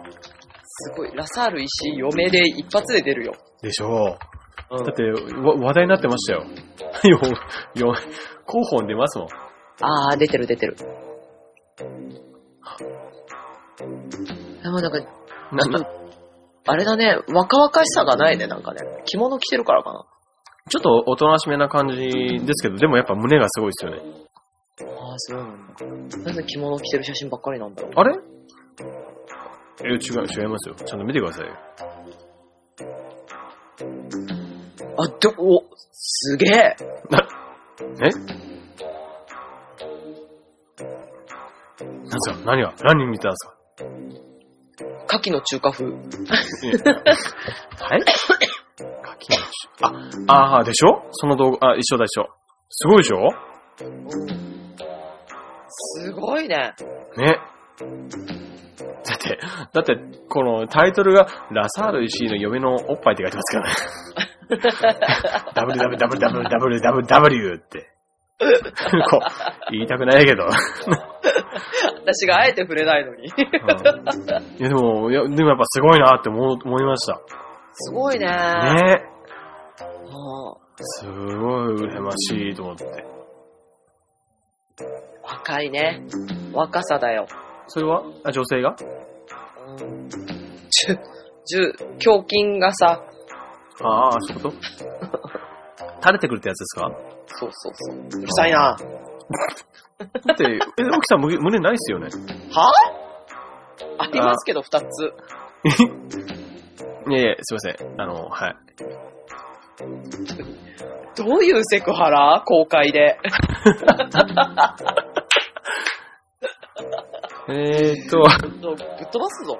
D: すごい。ラサール石井、嫁で一発で出るよ。
C: でしょう。
D: う
C: だっ。て、わ話題になってましたよ。 (laughs) よ、よ、広報に出ますもん。
D: あー、出てる出てる。でもなんか、
C: な、な、
D: あれだね、若々しさがないね、なんかね。着物着てるからかな。
C: ちょっとおとなしめな感じですけど、でもやっぱ胸がすごいですよね。
D: あー、そうなんだ。なんで着物着てる写真ばっかりなんだろう。
C: あれえ、違う、違いますよ。ちゃんと見てくださいよ。
D: あ、で、お、すげえ。
C: なんですか何が何見てたんですか
D: 牡蠣の中華風。
C: はい書き直し。あ、ああ、でしょその動画、あ、一緒だ一緒。すごいでしょ
D: すごいね。
C: ね。だって、だって、このタイトルが、ラサール石井の嫁のおっぱいって書いてますからね。www.www って。こう、言いたくないけど。
D: 私があえて触れないのに。
C: うんいや、でも、いや、でもやっぱすごいなって思う思いました。
D: (laughs) すごいね。
C: ね
D: も
C: すごい羨ましいと思って。
D: う若いね。若さだよ。
C: それはあ、女性が
D: うん。じゅ、じゅ、胸筋がさ、
C: ああ、そういうこと垂れてくるってやつですか
D: そうそうそう。うるさいな。
C: だって、え、奥さん胸胸ないっすよね。
D: はありますけど、二つ。
C: いえいえ、すいません。あの、はい。
D: どういうセクハラ公開で。
C: えーっと、
D: ぶっ飛ばすぞ。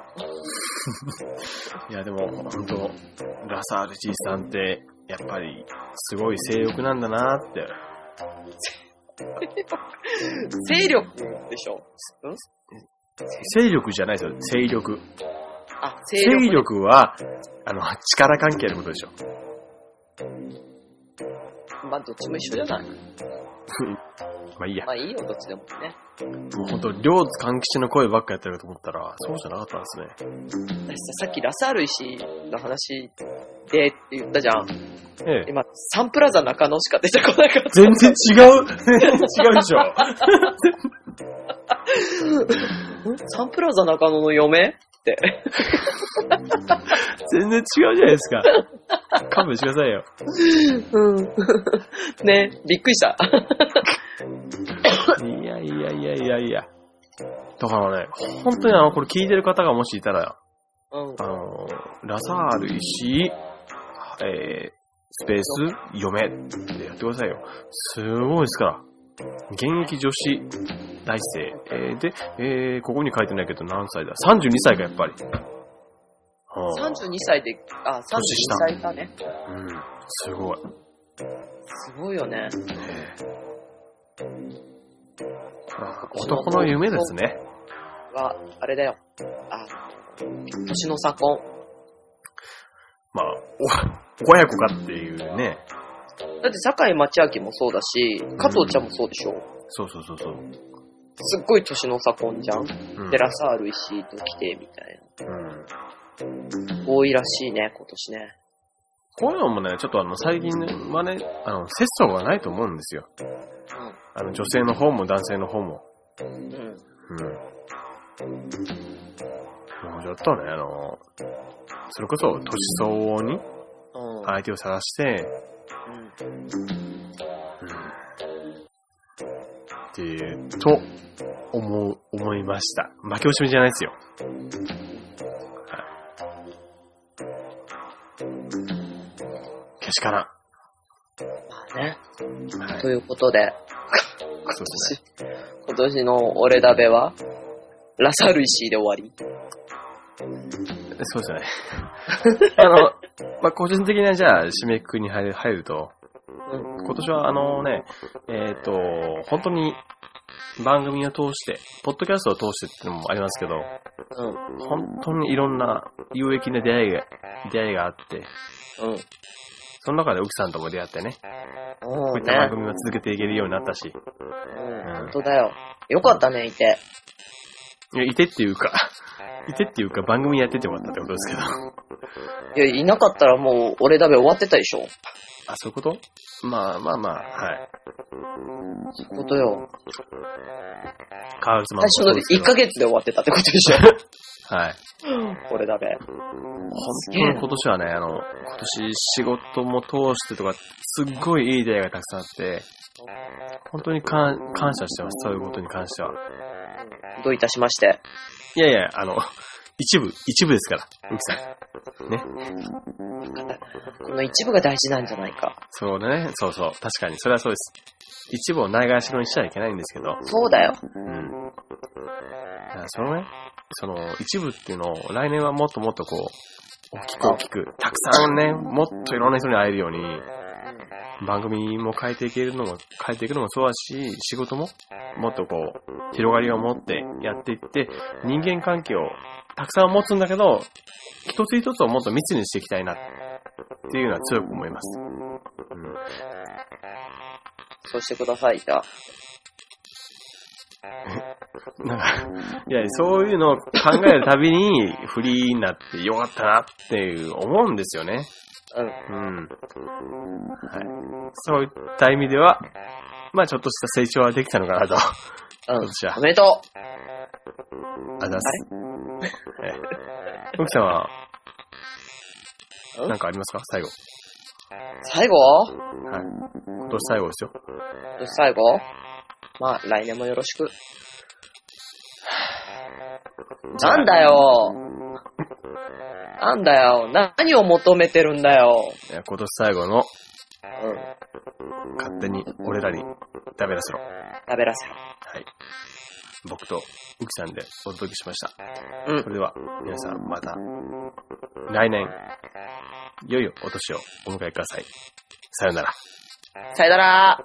C: いやでも、本当ラサール G さんって、やっぱり、すごい性欲なんだなって。
D: 勢力でしょ。うん
C: 勢力じゃないですよ、勢力。
D: あ、勢
C: 勢
D: 力。
C: 力は、あの、力関係のことでしょ。
D: まあ、どっちも一緒じゃない。
C: まあいいや
D: ま。あいいよ、どっちでもね。
C: 本当両津勘吉の声ばっかやってると思ったら、そうじゃなかったんですね。
D: 私さ、さっきラサール石の話でって言ったじゃん。
C: ええ。
D: 今、サンプラザ中野しか出てこなかった。
C: 全然 (laughs) 違う全然違うでしょ。
D: サンプラザ中野の嫁
C: 全然違うじゃないですか。勘弁してくださいよ。
D: うん。 (laughs) ね、びっくりした。
C: いやいやいやいやいや。だからね、本当にあの、これ聞いてる方がもしいたら、
D: うん。
C: あのー、ラサール石、えー、スペース、嫁ってやってくださいよ。すごいですから。現役女子大生。えーで、えーここに書いてないけど何歳だ ?32 歳か、やっぱり。はあ
D: 32歳で、あ、32歳だね。
C: うん。すごい。
D: すごいよね。
C: ねえあ男の夢ですね。
D: は、あれだよ。あ、年の差婚。
C: まあ、お、 (laughs) 親子かっていうね。
D: だって、堺町明もそうだし、加藤ちゃんもそうでしょ。
C: そうそうそうそう。
D: すっごい年の差婚じゃん。
C: うん
D: で、ラサール石井と来て、みたい
C: うん
D: な。多いらしいね、今年ね。
C: こういうのもね、ちょっとあの、最近はね、あの、節操がないと思うんですよ。あの、女性の方も男性の方も。
D: うん。うん。
C: うん。もうちょっとね、あの、それこそ、年相応に
D: うん。
C: 相手を探して、
D: うん
C: うん。っていう、と、思う、思いました。負け惜しみじゃないですよ。はい。けしからん。
D: まあね。
C: はい。
D: ということで、
C: そうですね。
D: 今年、今年の俺だべは、ラサール石井で終わり。
C: そうですね。あの、まあ、個人的な、じゃあ、締めくくりに入る入ると、
D: うん。
C: 今年はあのね、えっ、と、本当に番組を通して、ポッドキャストを通してっていうのもありますけど、
D: うん。
C: 本当にいろんな有益な出会いが、出会いがあって、
D: うん。
C: その中で奥さんとも出会ってね、こ
D: う
C: うんいった番
D: ね。
C: 組を続けていけるようになったし、
D: うん。本当だよ。よかったね、いて。
C: いやいてっていう
D: (laughs)
C: か、いてっていうか番組やっててもらったってことですけど、
D: いや、いなかったらもう、俺だべ終わってたでしょ。
C: あ、そういうことまあまあまあ、はい。
D: そういうことよ。
C: カールスマンもそ
D: 最初
C: う
D: の
C: ですけ
D: 1
C: ど
D: ヶ月で終わってたってことで
C: (laughs)
D: しょ。
C: はい。
D: 俺だべ。
C: 本当に今年はね、あの、今年仕事も通してとか、すっごいいい出会いがたくさんあって、本当に感感謝してます、そういうことに関しては。
D: どういたしまして。
C: いやいや、あの、一部、一部ですから、うきさん。
D: この一部が大事なんじゃないか。
C: そうね、そうそう、確かに、それはそうです。一部をないがしろにしちゃいけないんですけど、
D: そうだよ。
C: うん。だからそのね、その、一部っていうのを、来年はもっともっとこう、大きく大きく、たくさんね、もっといろんな人に会えるように、番組も変えていけるのも、変えていくのもそうだし、仕事ももっとこう、広がりを持ってやっていって、人間関係をたくさん持つんだけど、一つ一つをもっと密にしていきたいな、っていうのは強く思います。うん、
D: そうしてください、じゃあ。
C: なんか、いや、そういうのを考えるたびに、フリーになってよかったなっていう思うんですよね。
D: うん。
C: うん。はい。そういった意味では、まあちょっとした成長はできたのかなと。
D: うん
C: 今年は
D: お。めでとう。
C: あざっす。ええ奥さんは、
D: ん
C: なんかありますか最後。
D: 最後
C: はい。今年最後ですよ。
D: 最後まあ、来年もよろしく。 (sighs) なんだよ。なんだよ。何を求めてるんだよ。
C: いや今年最後の
D: うん。
C: 勝手に俺らに食べらせろ。
D: 食べらせろ。
C: はい。僕とウキさんでお届けしました。
D: うん
C: そ。れでは皆さんまた来年、いよいよお年をお迎えください。さよなら。
D: さよなら。